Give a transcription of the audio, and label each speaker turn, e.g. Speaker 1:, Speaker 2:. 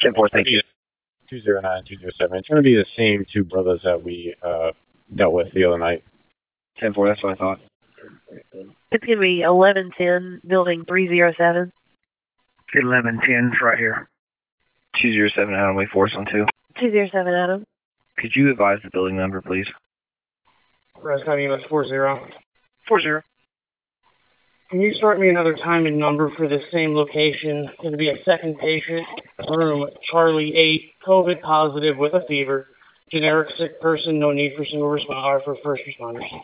Speaker 1: Ten four, thank you.
Speaker 2: Two zero nine, two zero seven. It's going to be the same two brothers that we uh, dealt with the other night.
Speaker 1: Ten four, that's what I thought.
Speaker 3: It's going to be 1110, building 307.
Speaker 4: 1110 is right here.
Speaker 1: Two zero seven Adam Way Forest on two.
Speaker 3: 207 Adam.
Speaker 1: Could you advise the building number, please?
Speaker 5: Red County EMS 40.
Speaker 1: Four zero.
Speaker 5: Can you start me another time and number for this same location? It's going to be a second patient, room Charlie 8, COVID positive with a fever, generic sick person, no need for single responder for first responders.